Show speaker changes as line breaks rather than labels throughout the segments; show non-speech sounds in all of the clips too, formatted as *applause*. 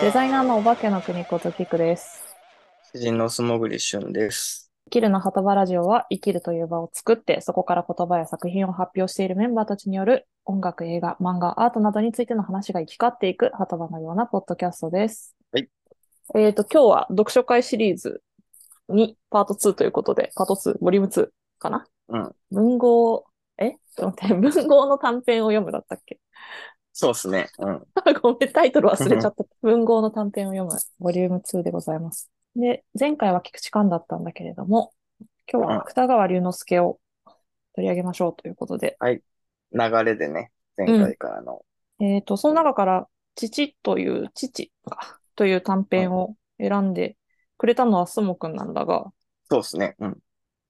デザイナーのお化けの国ことキクです。
詩人の素潜り俊です。
生きるの鳩場ラジオは生きるという場を作って、そこから言葉や作品を発表しているメンバーたちによる音楽、映画、漫画、アートなどについての話が行き交っていく鳩場のようなポッドキャストです。
はい。
えっ、と、今日は読書会シリーズにパート2ということで、パート2、ボリューム2かな
うん。
文豪、えちょっと待って、文豪の短編を読むだったっけ
そうですね。うん。
*laughs* ごめん、タイトル忘れちゃった。文豪の短編を読む、ボリューム2でございます。で、前回は菊池寛だったんだけれども、今日は芥川龍之介を取り上げましょうということで、
流れでね、前回からの。
えっ、と、その中から、父という、父か、という短編を選んでくれたのはすもくんなんだが、
そうですね。うん。い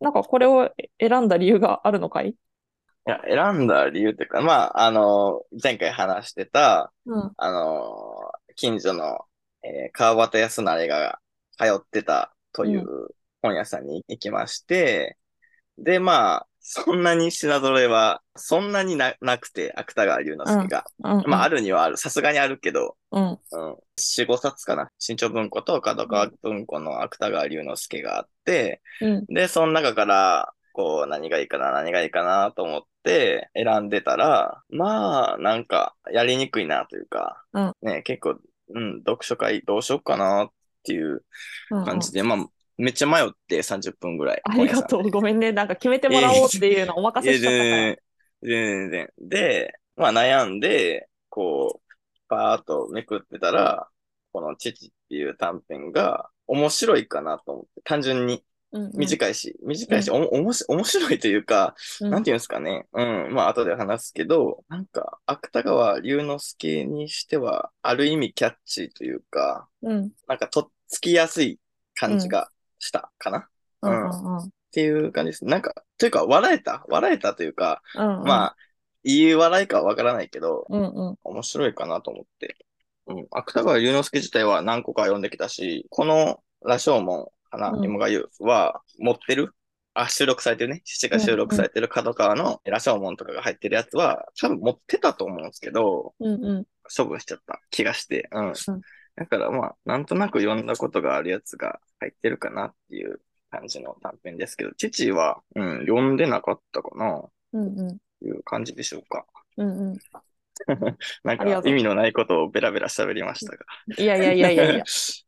なんかこれを選んだ理由があるのかい
や、選んだ理由っていうか、まあ、あの、前回話してた、
うん。
あの、近所の、えー川端康成が通ってたという本屋さんに行きまして、で、まあ、そんなに品揃えは、そんなにな、なくて、芥川龍之介が。
うん、
まあ、あるにはある。さすがにあるけど、
うん。
うん、4、5冊かな。新潮文庫と角川文庫の芥川龍之介があって、
うん。
で、その中から、こう、何がいいかな、何がいいかなと思って選んでたら、まあ、なんか、やりにくいなというか、
うん
ね、結構、うん、読書会どうしようかなっていう
うん。
感じで、まあ、めっちゃ迷って30分ぐらい。
ありがとう。ごめんね。なんか決めてもらおうっていうのお任
いや、
せし
全
ちゃったから。
然、全然。で、まあ悩んで、こう、パーッとめくってたら、この父っていう短編が面白いかなと思って、単純に
うんうん
短いし、短いし、おも、おもし、面白いというか、
うん
なんていうんですかね。うん、まあ後で話すけど、なんか、芥川龍之介にしては、ある意味キャッチーというか、
うん
なんかとっつきやすい感じがしたかな、っ
うんうんうん
ていう感じです。なんか、というか、笑えた笑えたというか、
うんうん
まあ、いい笑いかはわからないけど、
うんうん
面白いかなと思って。うん。芥川龍之介自体は何個か読んできたし、この羅生門、花、
うん
山賀優は持ってる、あ、収録されてるね。父が収録されてる角川の羅生門とかが入ってるやつは、多分持ってたと思うんですけど、
うんうん
処分しちゃった気がして。うん。
ん
だからまあ、なんとなく読んだことがあるやつが入ってるかなっていう感じの短編ですけど、父は、うん、読んでなかったかな、
うんうん
という感じでしょうか。
うんうん
なん
ありが
か
とう
意味のないことをベラベラ喋りましたが。 *laughs*
いやいやいやいやいや。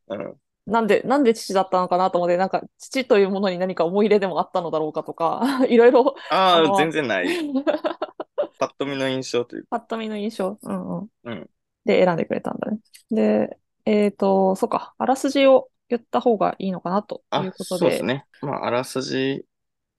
うん。
なんで、なんで父だったのかなと思って、なんか父というものに何か思い入れでもあったのだろうかとか、 *laughs* いろいろ、
あ
あ
あ、
の
全然
*laughs*
ない。パッと見の印象というか。
パッと見の印象、うんうん
うん
で選んでくれたんだね。で、えっ、と、そうか、あらすじを言った方がいいのかなと
あ
いう、こと
そうです
で、
ね。まあ、あらすじ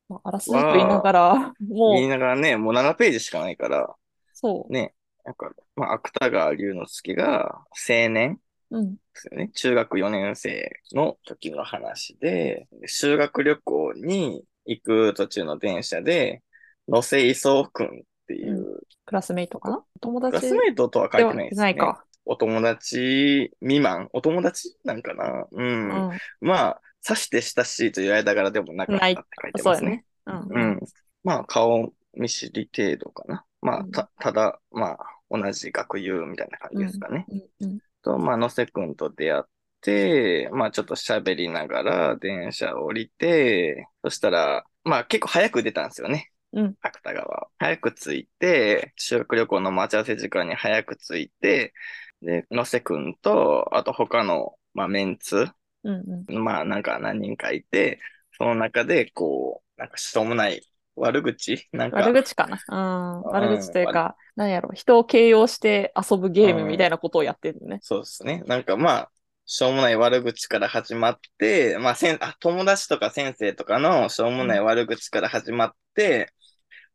まああらすじと言いながら、も、
言いうながらね、もう7ページしかないから、
そ
ね、なんか、まあ、芥川龍之介が青年
う、うん、
ですよね。中学4年生の時の話で、修学旅行に行く途中の電車で、野瀬磯くんっていう、
クラスメイトかな友
クラ
達
スメイトとは書いてないですね。
ないか。
お友達未満、お友達なんかなうん。
うん、
まあ、さして親しいという間柄でもなかった
な
っ
い
て書いて
そう
ま
だ
すね。
ね。うん
う。ん。まあ、顔見知り程度かな。まあ、た、ただ、まあ、同じ学友みたいな感じですかね。
うん
と、まあ、野瀬くんと出会って、まあ、ちょっと喋りながら電車降りて、そしたら、まあ、結構早く出たんですよね。
うん
芥川は。早く着いて、修学旅行の待ち合わせ時間に早く着いて、で、野瀬くんと、あと他の、まあ、メンツ、
うんうん
まあ、なんか何人かいて、その中で、こう、なんかしょうもない悪口なんか
悪、口かな。うん。
うん
悪口というか、なんやろ、人を形容して遊ぶゲームみたいなことをやってるね。
そうですね。なんかまあ、しょうもない悪口から始まって、まあ、せんあ友達とか先生とかのしょうもない悪口から始まって、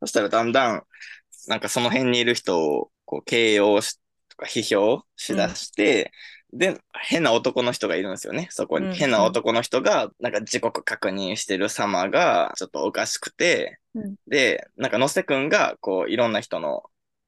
そしたらだんだん、なんかその辺にいる人をこう形容しとか批評しだして、で、変な男の人がいるんですよね、そこに。
うん
変な男の人が、なんか時刻確認してる様がちょっとおかしくて、
うん
で、なんかのせくんがこういろんな人の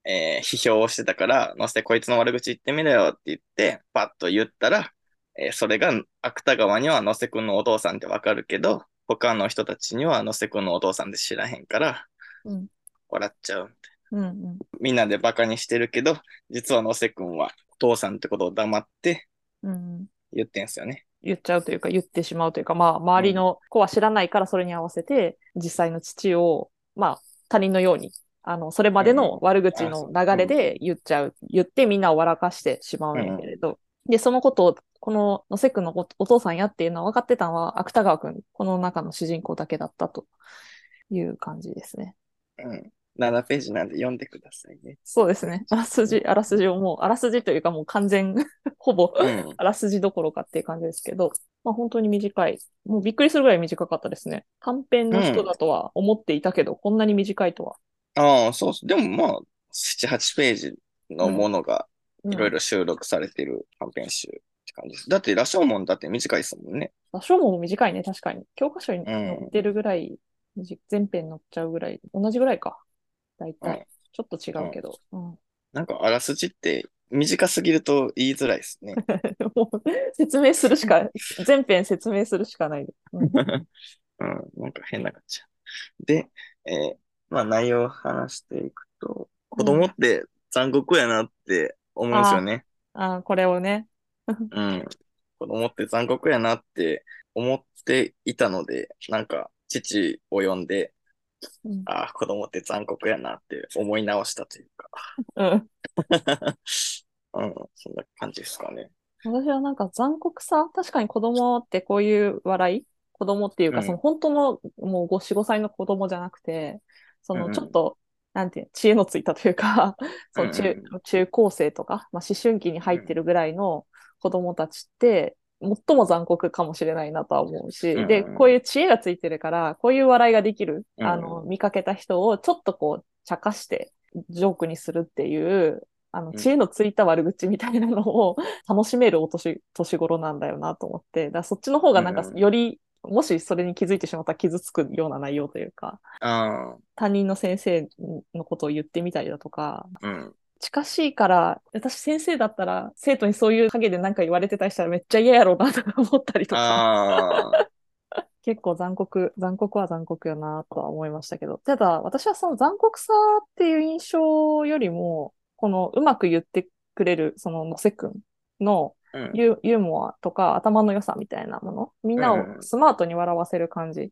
えー批評をしてたから、のせてこいつの悪口言ってみろよって言って、パッと言ったら、えーそれが芥川にはのせくんのお父さんってわかるけど、他の人たちにはのせくんのお父さんって知らへんから、
うん
笑っちゃう。
うんうん
みんなでバカにしてるけど、実はのせくんはお父さんってことを黙って、
うん、
言ってんすよね。
言っちゃうというか、言ってしまうというか、まあ、周りの子は知らないから、それに合わせて、実際の父を、まあ、他人のように、あの、それまでの悪口の流れで言っちゃう、言ってみんなを笑かしてしまうんやけれど、で、そのことを、この野瀬くんのおお父さんやっていうのは分かってたのは、芥川くん、この中の主人公だけだったという感じですね。
うん。7ページなんで読んでくださいね。
そうですね。あらすじ、あらすじをもう、あらすじというかもう完全、 *laughs* ほぼ、
うん。
あらすじどころかっていう感じですけど、まあ、本当に短い。もうびっくりするぐらい短かったですね。短編の人だとは思っていたけど、こんなに短いとは。
ああ、そうっす。でもまあ、7、8ページのものが
うん
いろい。ろ収録されてる短編集って感じです。だって、羅生門だって短いですもんね。
羅生門も短いね、確かに。教科書に載
うん
ってるぐらい、短い全編載っちゃうぐらい、同じぐらいか。大体。
うん
ちょっと違うけど。うん。 *laughs*
なんか、あらすじって短すぎると言いづらいです *laughs* ね。
もう、説明するしか、全編説明するしかない。うん
うん、なんか変な感じ。で、えーまあ内容を話していくと、子供って残酷やなって思うんですよね。
あーこれをね。
うん。子供って残酷やなって思っていたので、なんか父を呼んで、
うん。
ああ、子供って残酷やなって思い直したというか。 *laughs*
うん
うん、そんな感じですかね。
私はなんか残酷さ、確かに子供ってこういう笑い、子供っていう
う
か、
ん
その本当のもう5、4、5歳の子供じゃなくて、そ
うんう
の
ん
ちょっと、なんていうの知恵のついたというか、 *laughs* その中
うんう、
中高生とか、まあ、思春期に入ってるぐらいの子供たちって、最も残酷かもしれないなとは思うし、
うん
で、こういう知恵がついてるから、こういう笑いができる、
うん
あの、見かけた人をちょっとこう、茶化して、ジョークにするっていう、あの、
ん
知恵のついた悪口みたいなのを *laughs* 楽しめるお年、年頃なんだよなと思って、だからそっちの方がなんか
うんうん
より、もしそれに気づいてしまったら傷つくような内容というか、
あ
担任の先生のことを言ってみたりだとか、
あ、うん。
近しいから、私先生だったら生徒にそういう陰で何か言われてたりしたらめっちゃ嫌やろうなとか思ったりとか、
ああ、
結構残酷、残酷は残酷よなとは思いましたけど、ただ私はその残酷さっていう印象よりも、このうまく言ってくれる、その野瀬くんの
うん。
ユユーモアとか頭の良さみたいなもの、みんなをスマートに笑わせる感じ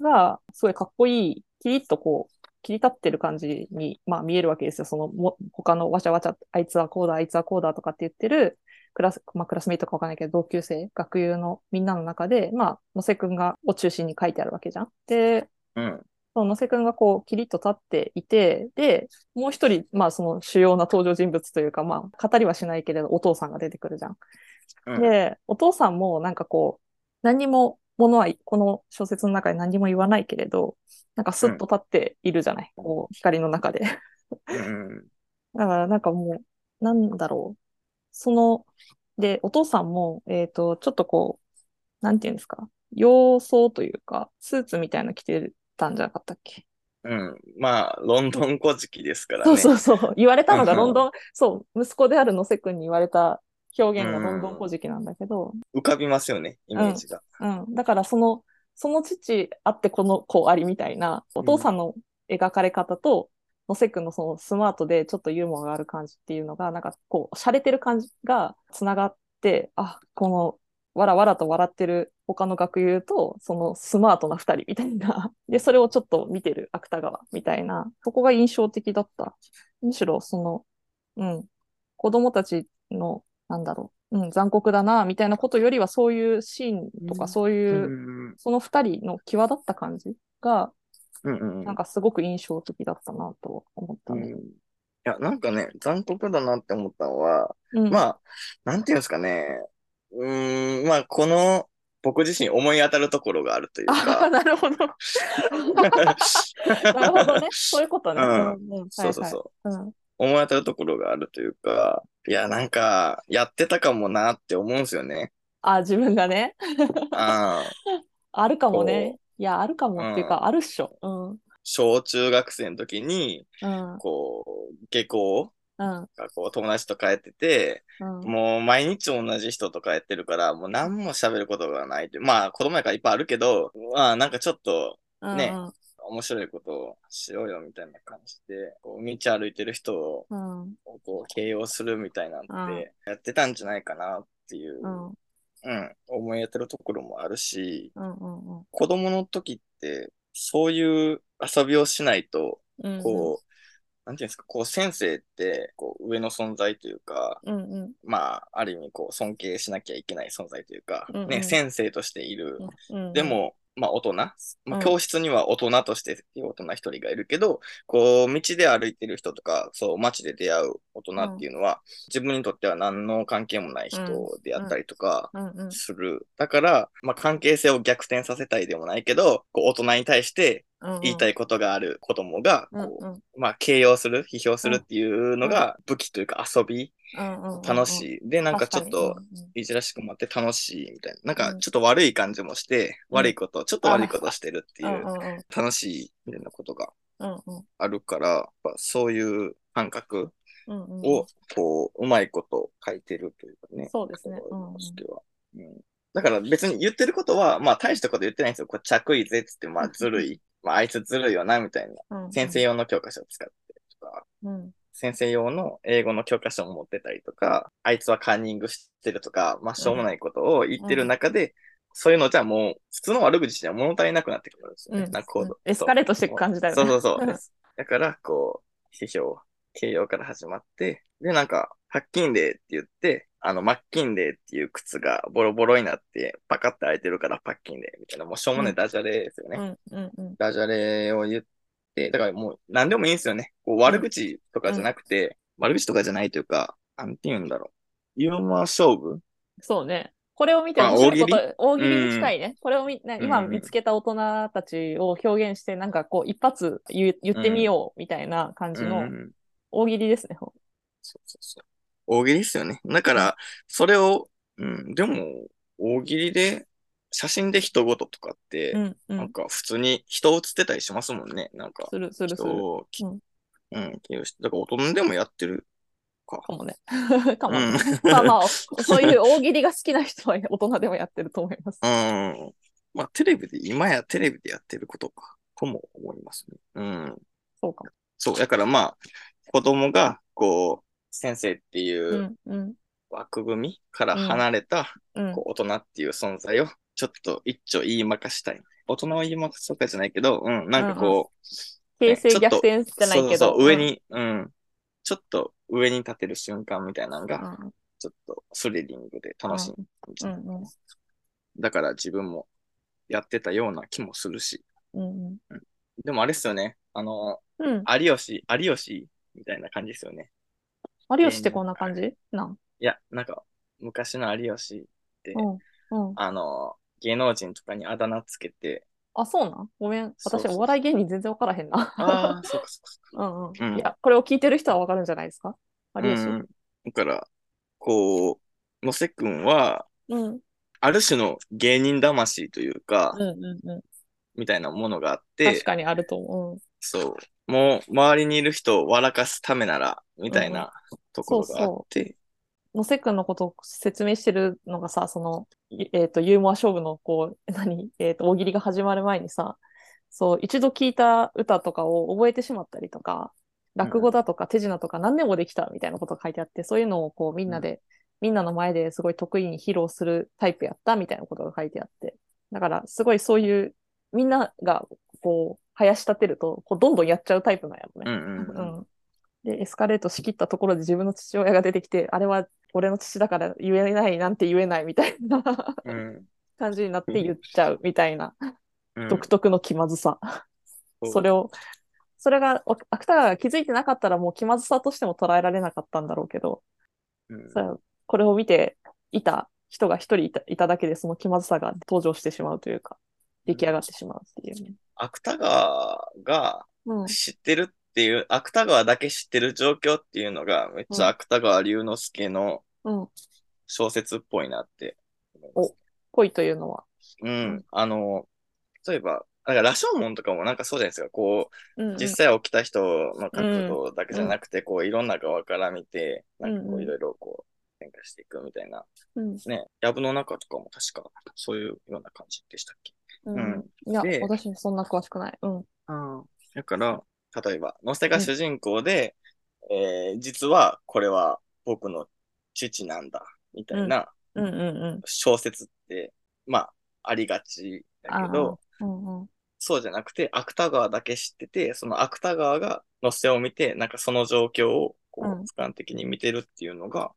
が、すごいかっこいい、キリッとこう、切り立ってる感じに、まあ、見えるわけですよ。そのも、他のわちゃわちゃ、あいつはこうだ、あいつはこうだとかって言ってる、クラス、まあ、クラスメイトかわかんないけど、同級生、学友のみんなの中で、まあ、野瀬くんが、を中心に書いてあるわけじゃん。で、
うん。
その野瀬くんがこう、キリッと立っていて、で、もう一人、まあ、その主要な登場人物というか、まあ、語りはしないけれど、お父さんが出てくるじゃん。
うん
で、お父さんもなんかこう、何にも、ものは、この小説の中で何にも言わないけれど、なんかスッと立っているじゃない、こう、光の中で。 *laughs* だ
うん。
からなんかもう、なんだろう。その、で、お父さんも、えっ、と、ちょっとこう、なんていうんですか、洋装というか、スーツみたいなの着てたんじゃなかったっけ
うん。まあ、ロンドン古事記ですから
そう
ね。
そうそう。言われたのが
うん
ロンドン、そう、息子である野瀬くんに言われた表現がロンドン古事記なんだけど、
浮かびますよね、イメージが。
うん。だからその、その父あってこの子ありみたいな、お父さんの描かれ方と、野瀬くんのそのスマートでちょっとユーモアがある感じっていうのが、なんかこう、洒落てる感じがつながって、あ、この、わらわらと笑ってる他の学友と、そのスマートな二人みたいな。で、それをちょっと見てる芥川みたいな。そこが印象的だった。むしろ、その、うん、子供たちの、なんだろう、うん、残酷だな、みたいなことよりは、そういうシーンと
う
か、
ん
そういうう、
ん。
その二人の際立った感じが、
うん。
なんかすごく印象的だったなと思った
うん。
ね。
いや、なんかね、残酷だなって思ったのは、
うん、
まあ、なんていうんですかね。うーん、まあ、この、僕自身思い当たるところがあるという *laughs*
あー、
か。
*laughs* なるほど。なるほどね。そういうことね。
うん
んうん
そうそうそう。
はいはい
思い当たるところがあるというか、いや、なんか、やってたかもなって思うんですよね。
あ、自分がね、
ああ、
あるかもね。いや、あるかもっていうか、あるっしょ。うん。
小中学生の時に、
うん。
こう、下校
うん。
がこう、友達と帰ってて、
うん。
もう毎日同じ人とかやってるから、もう何も喋ることがないって。まあ、子供やからいっぱいあるけど、まあ、なんかちょっと、
うん
ね面白いことをしようよみたいな感じで、こう道歩いてる人を
うん。
こう形容するみたいなん
う
で、やってたんじゃないかなっっていう、
うん、うん、
うん、思い当たるところもあるし、
うん、
子供の時って、そういう遊びをしないと、
うん。
こう、なんていうんですか、こう先生って、こう上の存在というか、
うん、うん、うん、
まあ、ある意味こう尊敬しなきゃいけない存在というか、
うんうん
ね、先生としている。
うん。
で、も、まあ大人、ま
うん
あ、教室には大人として大人一人がいるけど、こう道で歩いてる人とか、そう街で出会う大人っていうのは、自分にとっては何の関係もない人であったりとか
うん、うん、
する。だから、まあ関係性を逆転させたいでもないけど、こう大人に対して
うん。
言いた
い。
いことがある子供が、
うん、
こ
うん、うん、
うまあ形容する、批評するっていうのが武器というか遊び、
うん。
楽しい。で、
い
なんかちょっと、いじらしくもあって楽しいみたいな。なんかちょっと悪い感じもして、
うん
悪いこと、ちょっと悪いことしてるっていうう、
ん、うん、うん。
楽しいみたいなことが
うんうん
あるから、やっぱそういう感覚
うんうん
を、こう、うまいこと書いてるというかね。
そうですね
言葉と
うん
しては。うんだから別に言ってることは、まあ大したこと言ってないんですよ。これ着衣ぜっつって、まあずる
*laughs*
い。まああいつずるいよな、みたいな。
うんうん
先生用の教科書を使ってとか、
うん
先生用の英語の教科書を持ってたりとか、あいつはカンニングしてるとか、まあ、しょうもないことを言ってる中で、そういうのじゃもう、普通の悪口じゃ物足りなくなってくるんですよね。
うん
なんかこう
エスカレートしていく感じだよね。
そうそうそううんだから、こう、批評、形容から始まって、で、なんか、ハッキンレーって言って、あの、マッキンレーっていう靴がボロボロになって、パカッて開いてるからパッキンレーみたいな、もうしょうもないダジャレですよね。
うんうんうん
ダジャレを言って、だからもう何でもいいんですよね。こう悪口とかじゃなくて、悪口とかじゃないというか、なんて言うんだろう。ユーモア勝負
そうね。これを見て
まあ
面白いこと、
大
大喜利に近いね。これを見、な
うん
今見つけた大人たちを表現して、なんかこう、一発言う言ってみようみたいな感じ
う
の
ん
大喜利ですね。
そうそうそう。大喜利ですよね。だから、それを、うん、でも、大喜利で、写真で人ごととかって、
うんう
なん
ん。
か普通に人を写ってたりしますもんね。なんか、
するするす
人
る。
をき、
う
うんん、形容してだから大人でもやってるか。
かもね。 *laughs* かもね。
うん
まあ
*laughs*
まあ、そういう大喜利が好きな人は大人でもやってると思います。
うん。まあ、テレビで、今やテレビでやってることか、とも思いますね。うん。
そうかも。
そう、だからまあ、子供が、こう、先生って
う
いうん
うん
枠組みから
うん
離れた、
うん
こう大人っていう存在を、ちょっと一丁言いまかしたい。大人を言いまかすとかじゃないけど、うん、なんかこ
形勢
ちょっと
逆転じ
う、
ゃないけ
そ
ど。
うそうそう、上に、うん、ちょっと上に立てる瞬間みたいなの
うん。
が、ちょっとスリリングで楽しい。
うんうんうん
だから自分もやってたような気もするし、
うん
でもあれっすよね。あの、
うん。うん。
有吉、有吉みたいな感じですよね。
有吉ってこんな感じなん。
いや、なんか、昔の有吉、
うんうん。
あの、芸能人とかにあだ名つけて、
あ、そうなんごめん。
そう
私、
そう
お笑い芸人全然わからへんな。
ああ、 *laughs* そうかそうかそうか。
*laughs* うんう。
うんん
いや、これを聞いてる人はわかるんじゃないですか有吉。
うん。だから、こう、のせくんは、
うん。うん
ある種の芸人魂というか、
うんうん。
みたいなものがあって、
確かにあると思う。
そう。もう、周りにいる人を笑かすためなら、みたいなところがあって、
のせくんのことを説明してるのがさ、その、いえっ、と、ユーモア勝負の、こう、 *laughs* 何、えっ、と、大喜利が始まる前にさ、そう、一度聞いた歌とかを覚えてしまったりとか、落語だとか手品とか何でもできたみたいなことが書いてあって、そういうのをこうみんなで、みんなの前ですごい得意に披露するタイプやったみたいなことが書いてあって。だからすごいそういう、みんながこう、生やし立てると、こうどんどんやっちゃうタイプなんやろね。
うんうんうん。
うん、でエスカレートしきったところで自分の父親が出てきてあれは俺の父だから言えないなんて言えないみたいな *laughs*
うん
感じになって言っちゃうみたいな
うん
独特の気まずさ、それをそれがお芥川が気づいてなかったらもう気まずさとしても捉えられなかったんだろうけど、
うん
それこれを見ていた人が一人いたいただけでその気まずさが登場してしまうというか出来上がってしまうっていうね。
芥川が
うん
知ってるっていう、芥川だけ知ってる状況っていうのが、めっちゃ芥川龍之介の
うん、
小説っぽいなって思います。
恋というのは。
うん。あの、例えば、なんか、羅生門とかもなんかそうじゃないですか。こ
うんう
う、
ん
実際起きた人の角度だけじゃなくて、こう、いろんな側から見て、なんかこ
うん
う、いろいろこう、変化していくみたいな。
うん
ね。藪の中とかも確か、そういうような感じでしたっけ。
うんいや
で、
私そんな詳しくない。うん。
だから、例えば、のせが主人公で、えー実はこれは僕の父なんだ、みたいな
うんうん
小説って、まあ、ありがちだけど、
うん。うんうん。
そうじゃなくて、芥川だけ知ってて、その芥川がのせを見て、なんかその状況をこう
うん
俯瞰的に見てるっていうのが、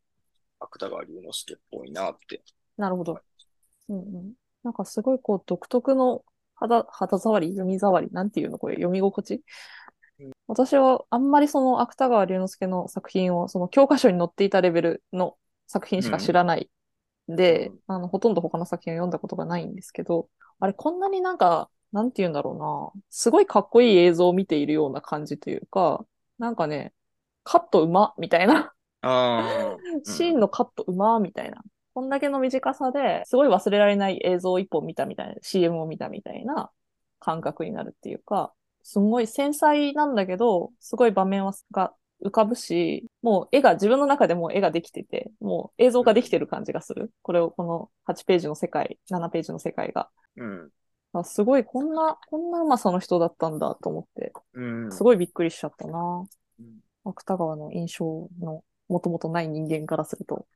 芥川龍之介っぽいなって。
なるほど。うんうん。なんかすごいこう独特の肌、肌触り、読み触り、なんていうのこれ、読み心地私はあんまりその芥川龍之介の作品をその教科書に載っていたレベルの作品しか知らないんで、
うん
あの、ほとんど他の作品を読んだことがないんですけど、あれこんなになんか、なんて言うんだろうな、すごいかっこいい映像を見ているような感じというか、なんかね、カットうまみたいな *laughs*
あ
シーンのカットうまーみたいな。こんだけの短さですごい忘れられない映像を一本見たみたいな、CM を見たみたいな感覚になるっていうか、すごい繊細なんだけど、すごい場面はが浮かぶし、もう絵が、自分の中でもう絵ができてて、もう映像化できてる感じがする。これをこの8ページの世界、7ページの世界が。
うん。
あすごい、こんな、こんなうまさの人だったんだと思って、
うん。うん。
すごいびっくりしちゃったな
うん。
芥川の印象のもともとない人間からすると。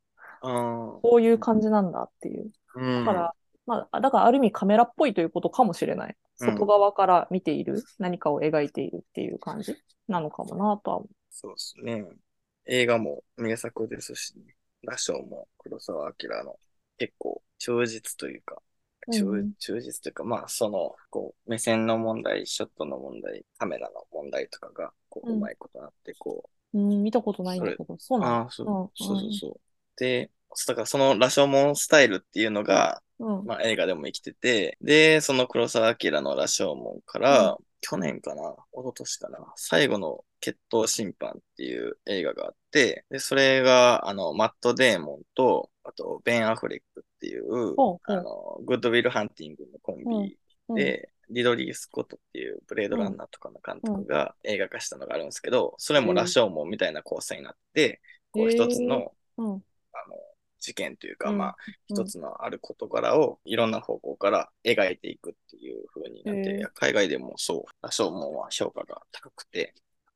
あ
こういう感じなんだっていう。
ーうん。
だから、まあ、だからある意味カメラっぽいということかもしれない。
うん
外側から見ている、何かを描いているっていう感じなのかもなとは思
そうですね。映画も名作ですし、ね、羅生も黒澤明の結構忠実というか、
う。
忠
うん
忠実というか、まあその、こう、目線の問題、ショットの問題、カメラの問題とかが、こう、
う
うんまいことあって、こ
うん、見たことないんだけど、そう
う、
なんだ。
ああ、そう、そうそううんそう。で、だからその羅生門スタイルっていうのが、
うん。
まあ映画でも生きてて、で、その黒澤明の羅生門から、去年かな、一昨年かな、最後の決闘審判っていう映画があって、で、それが、あの、マット・デーモンと、あと、ベン・アフレックっていう、
ほう
あの、グッドウィル・ハンティングのコンビ
うん、
で、リドリー・スコットっていうブレードランナーとかの監督が映画化したのがあるんですけど、それも羅生門みたいな構成になって、こう
へー
一つの、
うん、
あの、事件というか、
うん
まあ、
うん
一つのある事柄をいろんな方向から描いていくっていう風になって、
へー
海外でもそう、羅生門は評価が高くて、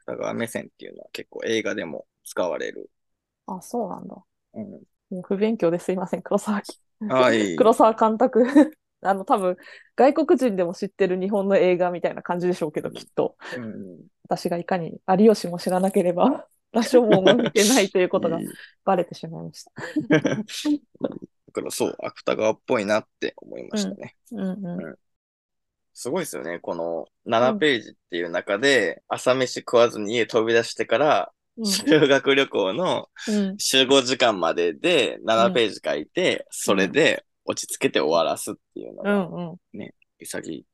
芥川目線っていうのは結構映画でも使われる。
あ、そうなんだ。
うん、
もう不勉強ですいません、黒沢明。
はい
*laughs* 黒沢監督。あの、多分、外国人でも知ってる日本の映画みたいな感じでしょうけど、きっと。
うん、
私がいかに有吉も知らなければ、 *laughs* 羅生門を見てないということが
いい
バレてしまいました。
だからそう、芥川っぽいなって思いましたね。
うんうん。
すごいですよね。この7ページっていう中で、朝飯食わずに家飛び出してから、
うん
修学旅行の
うん
集合時間までで7ページ書いて、それで落ち着けて終わらすっていうの
う
が
んうん。
潔い。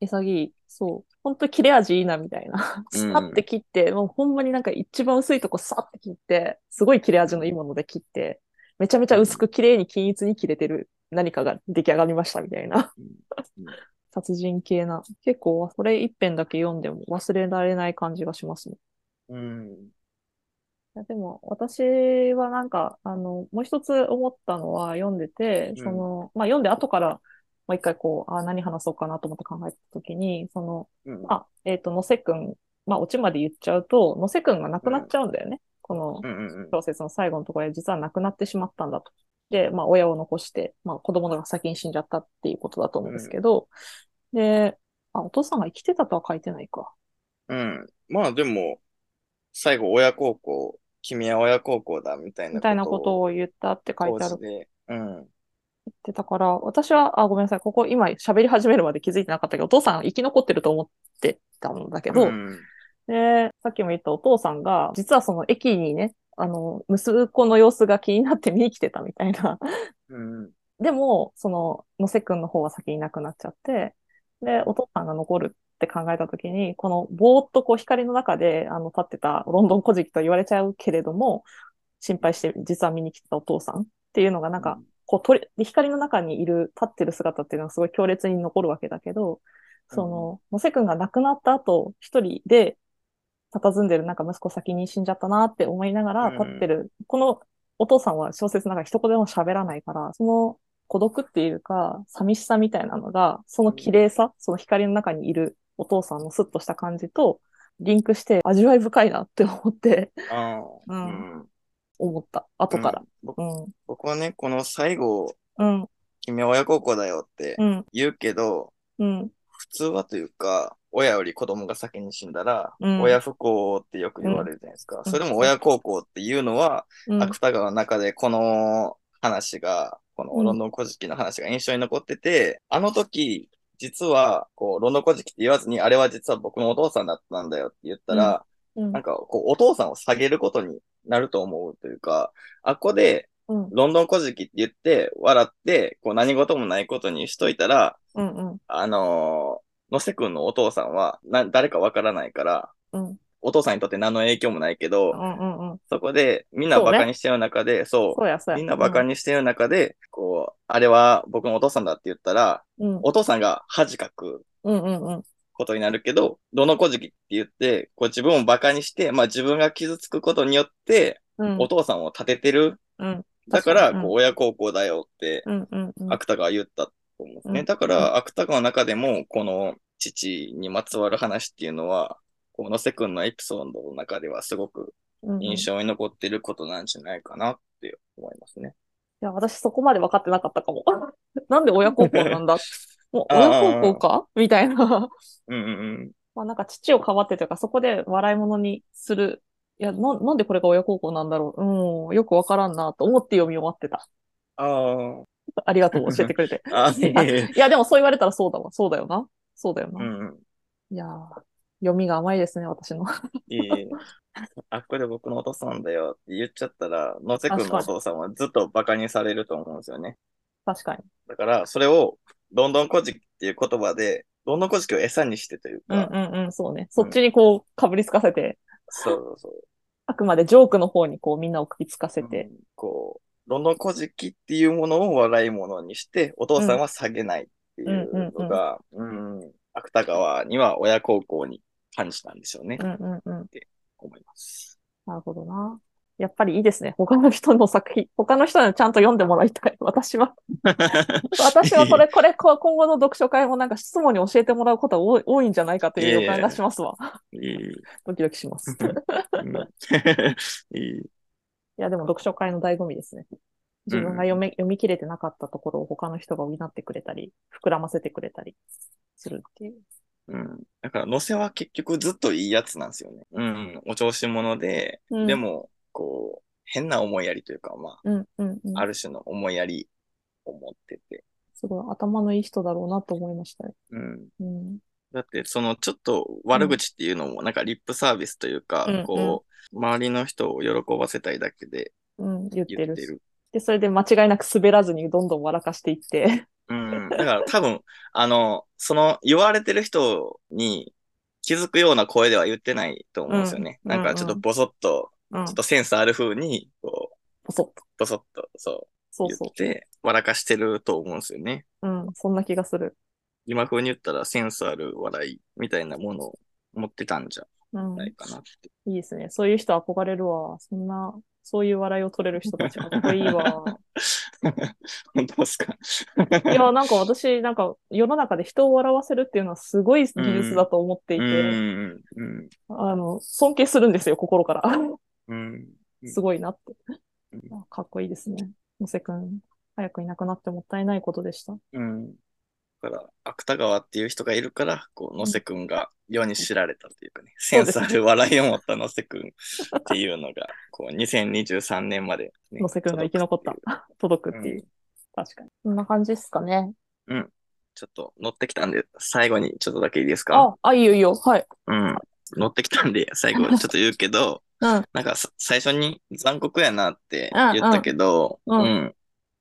潔い。そう。ほんと切れ味いいな、みたいな。
うん
さって切って、もうほんまになんか一番薄いとこさって切って、すごい切れ味のいいもので切って、めちゃめちゃ薄く綺麗に均一に切れてる何かが出来上がりました、みたいな
うんうん。
*laughs* 殺人系な。結構、それ一編だけ読んでも忘れられない感じがしますね。
うん。
いやでも、私はなんか、あの、もう一つ思ったのは、読んでて、
うん
その、まあ、読んで後から、もう一回こう、あー、何話そうかなと思って考えたときに、その、
うん。
まあ、えっと、野瀬くん、まあ、オチまで言っちゃうと、野瀬くんが亡くなっちゃうんだよね。この
うんうん
小説の最後のところで、実は亡くなってしまったんだと。で、まあ、親を残して、まあ、子供が先に死んじゃったっていうことだと思うんですけど、で、あ、お父さんが生きてたとは書いてないか。
うん。うん。まあでも、最後、親孝行、君は親孝行だみたいな
みたいなことを言ったって書い
講
てある
じで、うん。
言ってたから、私は、あ、ごめんなさい、ここ今喋り始めるまで気づいてなかったけど、お父さん生き残ってると思ってたんだけど、
うん
で、さっきも言ったお父さんが、実はその駅にね、あの、息子の様子が気になって見に来てたみたいな。
うん。
でも、その、野瀬くんの方は先にいなくなっちゃって、で、お父さんが残るって考えたときに、このぼーっとこう光の中で、あの、立ってたロンドン古事記と言われちゃうけれども、心配して実は見に来てたお父さんっていうのがなんか、こう鳥、光の中にいる、立ってる姿っていうのはすごい強烈に残るわけだけど、その、野瀬くんが亡くなった後、一人で、佇んでるなんか息子先に死んじゃったなって思いながら
うん
立ってる、このお父さんは小説の中で一言でも喋らないから、その孤独っていうか、寂しさみたいなのが、その綺麗さ、その光の中にいるお父さんのスッとした感じと、リンクして味わい深いなって思って、
ああ。
うん
うん
思った。後から。
僕
うん。
僕はね、この最後、
うん。
君は親孝行だよって
うん。
言うけど、
うん。
普通はというか、親より子供が先に死んだら、
うん
親不孝ってよく言われるじゃないですか。
うん
それも親孝行っていうのは、
うん。
芥川の中でこの話が、こ
う
の
ん
ロンドン古事記の話が印象に残ってて、あの時、実は、こう、ロンドン古事記って言わずに、あれは実は僕のお父さんだったんだよって言ったら、
うん
なんか、こう、お父さんを下げることになると思うというか、あっこで、
うん。
ロンドン古事記って言って、笑って、こう、何事もないことにしといたら、
うん。うん。
あのー、のせくんのお父さんは、な、誰かわからないから、
うん。うん。
お父さんにとって何の影響もないけど、
うん。うん。
そこで、みんな
そう
バ
ね
カにしてる中で、そう
そうや、そうや。
みんなバカにしてる中で、こう、あれは僕のお父さんだって言ったら、
うん。
お父さんが恥かく
うん。うん。うん。
ことになるけど、どのこじきって言って、こう自分をバカにして、まあ自分が傷つくことによって、
うん。
お父さんを立ててる。
うん。
だから、
確かに
こう、親孝行だよって、
うん。うん。うん。
芥川は言ったと思うんですね。
うん
だから、芥川の中でも、この父にまつわる話っていうのは、この瀬くんのエピソードの中ではすごく
うん。うん。
印象に残ってることなんじゃないかなって思いますね。
いや、私そこまで分かってなかったかも。なんで親孝行なんだもう
あー
親孝行かみたいな。
うんうん
まあなんか父をかばってというか、そこで笑い物にする。いや、な、なんでこれが親孝行なんだろう。うん、よく分からんなと思って読み終わってた。 *laughs*
うん。
ありがとう、教えてくれて。
ああ。あ、いえいえ。
*laughs* いや、でもそう言われたらそうだわ。そうだよな。そうだよ
う
な。
んうん。
いやー、読みが甘いですね、私の。 *laughs*
いえいえ。あっこで僕のお父さんだよって言っちゃったら、野瀬くんのお父さんはずっとバカにされると思うんですよね。
確かに。
だから、それを、どんどんこじきっていう言葉で、どんどんこじきを餌にしてという
うん
か、
うんうん、そうね。そっちにこう、かぶりつかせて、
そうそうそう。
あくまでジョークの方にこう、みんなを首つかせて。
うんこう、ロンドン古事記っていうものを笑いものにして、お父さんは下げないっていうのが、うん、芥川には親孝行に感じたんでしょうね、
うんうんうん。
思います。
なるほどな。やっぱりいいですね。他の人の作品、他の人にちゃんと読んでもらいたい。 *laughs* 私は、私はこれ、これ、こ今後の読書会もなんか質問に教えてもらうことが多い多いんじゃないかという予感がしますわ。
いい。
ドキドキします。い
*laughs* いい。
や、でも読書会の醍醐味ですね。自分が読め、読み切れてなかったところを他の人が補ってくれたり、膨らませてくれたりするっていう。
うん。だから、のせは結局ずっといいやつなんですよね。うん。お調子者で、
うん
で、も、こう、変な思いやりというか、ま
うんうんうん
あ、あ。る種の思いやりを持ってて。
すごい頭のいい人だろうなと思いましたよ。
うん。
うん。
だって、そのちょっと悪口っていうのも、なんかリップサービスというか、
うん
こう、周りの人を喜ばせたいだけで
うん、言って
言
る
ってる。
で、それで間違いなく滑らずにどんどん笑かしていって。
うん。だから多分、あの、その言われてる人に気づくような声では言ってないと思うんですよね。
うん
なんかちょっとボソッと、
*laughs* うん
ちょっとセンスある風に、こう、
ポソッと。
ボソッと、そ、
そうう
言
そ
って、笑かしてると思うんですよね。
う。うん、そんな気がする。
今風に言ったらセンスある笑いみたいなものを持ってたんじゃ
うん。
ない
い
かなって。 *laughs*
いですね。そういう人憧れるわ。そんな、そういう笑いを取れる人たちかっこい
*laughs*
いわ。
本当ですか
いや、なんか私、なんか世の中で人を笑わせるっていうのはすごい技術だと思っていて、
うんうん
あの、尊敬するんですよ、心から。
うんうん
すごいなって
うん。
あかっこいいですね。野瀬くん、早くいなくなってもったいないことでした。
うんだから、芥川っていう人がいるから、こう、野瀬くんが世に知られたというかね、センスある笑いを持った野瀬くんっていうのが、こう、2023年まで、ね。
野瀬くんが生き残った *laughs*
届くていう。
届くっていう。確かに。こんな感じですかね。
ちょっと乗ってきたんで、最後にちょっとだけいいですか
あ、あ、いいよいいよ。はい。
うん。乗ってきたんで、最後ちょっと言うけど、
うん。
なんかさ最初に残酷やなって言ったけど、
うんうん
ん。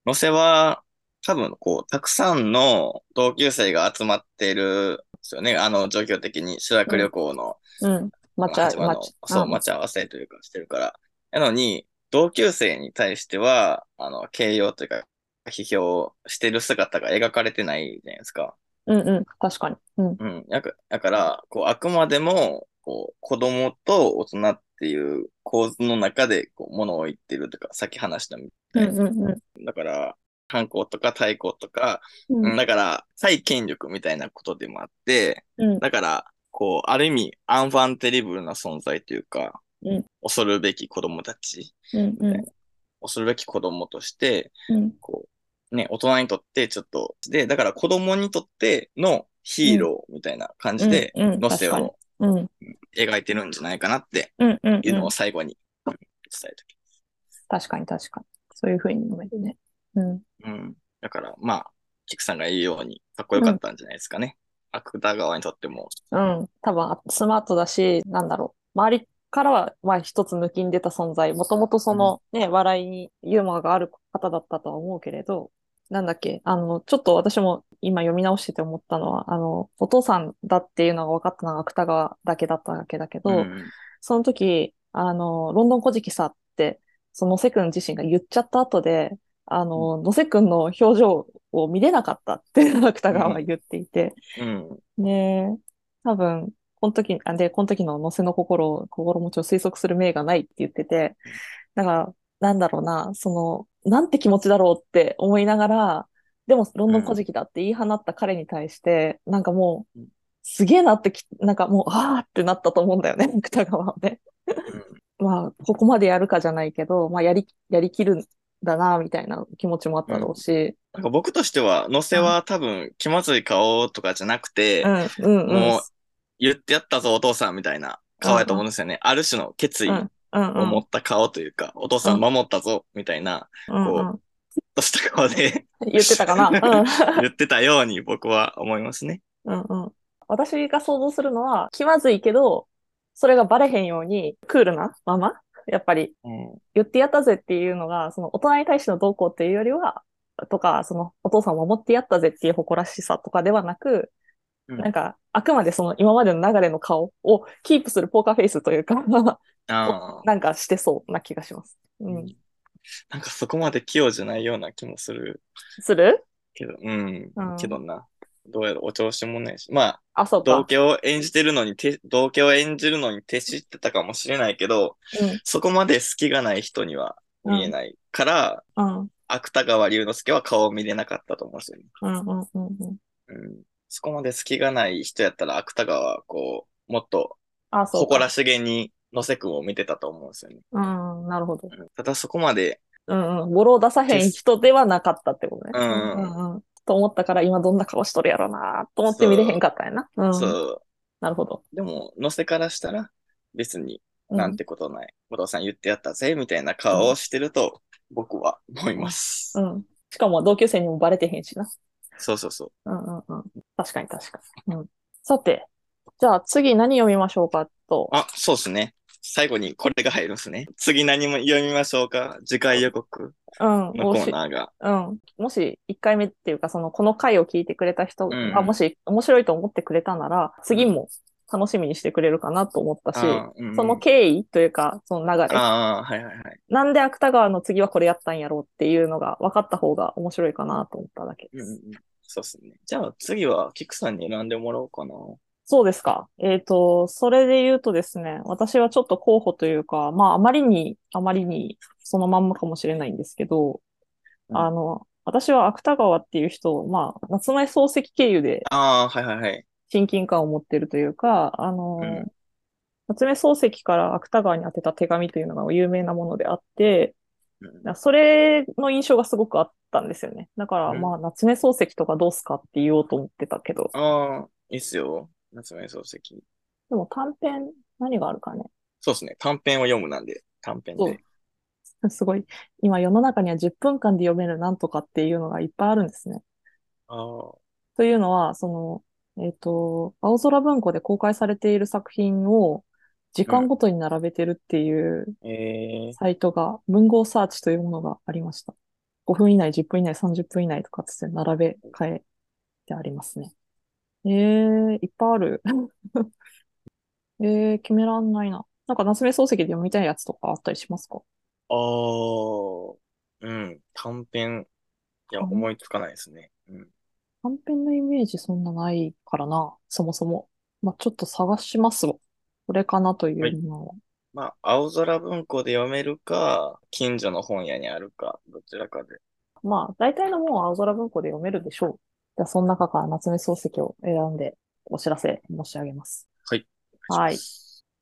野瀬は多分こう、たくさんの同級生が集まってるんですよね。あの状況的に修学旅行の、
うん。
ま
抹
あ
茶、
八幡
抹
の
茶。
そう、
ん
待ち合わせというかしてるから。なのに、同級生に対しては、あの、形容というか、批評してる姿が描かれてないじゃないですか。
うんうん、確かに。うん、
うん。やくだから、こう、あくまでも、こう、子供と大人っていう構図の中で、こう、物を言ってるとか、さっき話したみ
う
た
ん
いな。
うんう
だから、反抗とか対抗とか、
んうん
だから、対権力みたいなことでもあって、
うん
だから、こう、ある意味、アンファンテリブルな存在というか、
うん
恐るべき子供たち、
うんうん
恐るべき子供として、
うん
こう、ね、大人にとってちょっと、で、だから子供にとってのヒーローみたいな感じで、
うんうん
のせを
うんうん
描いてるんじゃないかなって
うんうん
いうのを最後に伝えて
確かに確かにそういうふうに読めるねうん
おきますうん。だから、まあ、キクさんが言うように、かっこよかったんじゃないですかね。芥川にとっても、
うん、多分スマートだし、なんだろう。周りからは、まあ一つ抜きん出た存在。もともとそのね、笑いにユーモアがある方だったとは思うけれど、なんだっけ、あの、ちょっと私も今読み直してて思ったのは、あの、お父さんだっていうのが分かったのが芥川だけだったわけだけど、
うん
その時、あの、ロンドン古事記さって、その野瀬くん自身が言っちゃった後で、あの、野瀬くんの表情を見れなかったって *laughs* 芥川は言っていて、
うん。
ねえ、多分、この時、あ、で、この時の野瀬の心を、心持ちを推測する明がないって言ってて、だから、なんだろうな、その、なんて気持ちだろうって思いながら、でも、ロンドン古事記だって言い放った彼に対して、なんかもう
うん、
すげえなってき、なんかもう、あーってなったと思うんだよね、 *laughs* 芥川はね。まあ、ここまでやるかじゃないけど、まあ、やり、やりきるんだな、みたいな気持ちもあったろうし、
なんか僕としては、のせは多分気まずい顔とかじゃなくて、
うん、うん、うん、
もう言ってやったぞお父さんみたいな顔やと思うんですよね。ある種の決意
う
を
ん、うん、うん、
持った顔というか、お父さん守ったぞみたいな、
うん、うん。
*laughs* とした顔で *laughs*
言ってたかな。
言ってたように僕は思いますね。
うん。うんうん。私が想像するのは、気まずいけど、それがバレへんように、クールなまま、やっぱり、
うん。
言ってやったぜっていうのが、その大人に対してのどうこうっていうよりは、とか、そのお父さんを守ってやったぜっていう誇らしさとかではなく、
うん
なんか、あくまでその今までの流れの顔をキープするポーカーフェイスというか、 *laughs*
ああ。
なんかしてそうな気がします。うん。
なんかそこまで器用じゃないような気もする
する
けど、うん
うん。
けどな。どうやらお調子もないし。まあ、
あ、そう
同
か。
居を演じてるのにて、同居を演じるのに徹してたかもしれないけど、
うん
そこまで隙がない人には見えないから、
うん。
芥川龍之介は顔を見れなかったと思うんですよね。
うん。うん。うん。うん。
うん、そこまで隙がない人やったら芥川はこう、もっと
あ、そう
誇
か。
らしげに野瀬くんを見てたと思うんですよね。
うん。なるほど。
うんただそこまで、
うんうん、ボロを出さへん人ではなかったってことね。
うん
うんうんと思ったから今どんな顔しとるやろなと思って見れへんかったんやな。うん、
そ
なるほど。
う、でも野瀬からしたら別に
うん
なんてことない、お父さん言ってやったぜみたいな顔をしてると僕は思います。
うん。しかも同級生にもバレてへんしな。
そうそうそう。
うんうんうん。確かに確かに。うん、さて、じゃあ次何読みましょうかと。
あ、そうですね。最後にこれが入るんですね。次何も読みましょうか次回予告
うん。
のコ
も
ー
し、
ナーが。
うん。もし1回目っていうか、その、この回を聞いてくれた人
うん
が、もし面白いと思ってくれたなら、次も楽しみにしてくれるかなと思ったし、
あーうん
その経緯というか、その流れ。
ああ、はいはいはい。
なんで芥川の次はこれやったんやろうっていうのが分かった方が面白いかなと思っただけ
う
で
んうんうんそう
す。
っすね。じゃあ次はキクさんに選んでもらおうかな。
そうですか。えっ、と、それで言うとですね、私はちょっと候補というか、まあ、あまりに、あまりにそのまんまかもしれないんですけど、
うん
あの、私は芥川っていう人を、まあ、夏目漱石経由で
ああ、はいはいはい。
親近感を持ってるというか、あの、
うん
夏目漱石から芥川に宛てた手紙というのが有名なものであって、
うん
なそれの印象がすごくあったんですよね。だから、
うん
まあ、夏目漱石とかどうすかって言おうと思ってたけど、
ああ、いいっすよ。夏目漱石。
でも短編、何があるかね。 *laughs*
そうですね。短編を読むなんで、短編
そう
で。。
すごい。今、世の中には10分間で読めるなんとかっていうのがいっぱいあるんですね。
ああ、
というのは、その、えっと、青空文庫で公開されている作品を時間ごとに並べてるっていう
ええ
サイトが、文豪サーチというものがありました。5分以内、10分以内、30分以内とかつって並べ替えてありますね。えー、いっぱいある。えー、決めらんないな。なんか夏目漱石で読みたいやつとかあったりしますか
ああ、うん。短編。いや、
うん
思いつかないですね。うん。
短編のイメージそんなないからな、そもそも。まあ、ちょっと探しますわ。これかなというのは。
まあ、青空文庫で読めるか、近所の本屋にあるか、どちらかで。
まあ、大体のもんは青空文庫で読めるでしょう。じゃあ、その中から夏目漱石を選んでお知らせ申し上げます。
はい。
はい。じ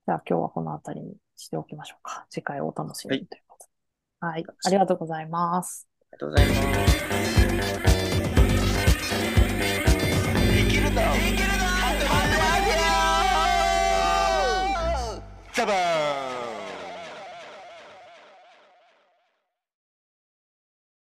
ゃあ今日はこの辺りに。しておきましょうか。次回をお楽しみにということで。はい、ありがとうございます。
りがとうございます。できるぞできるぞハトハトラジオザバーン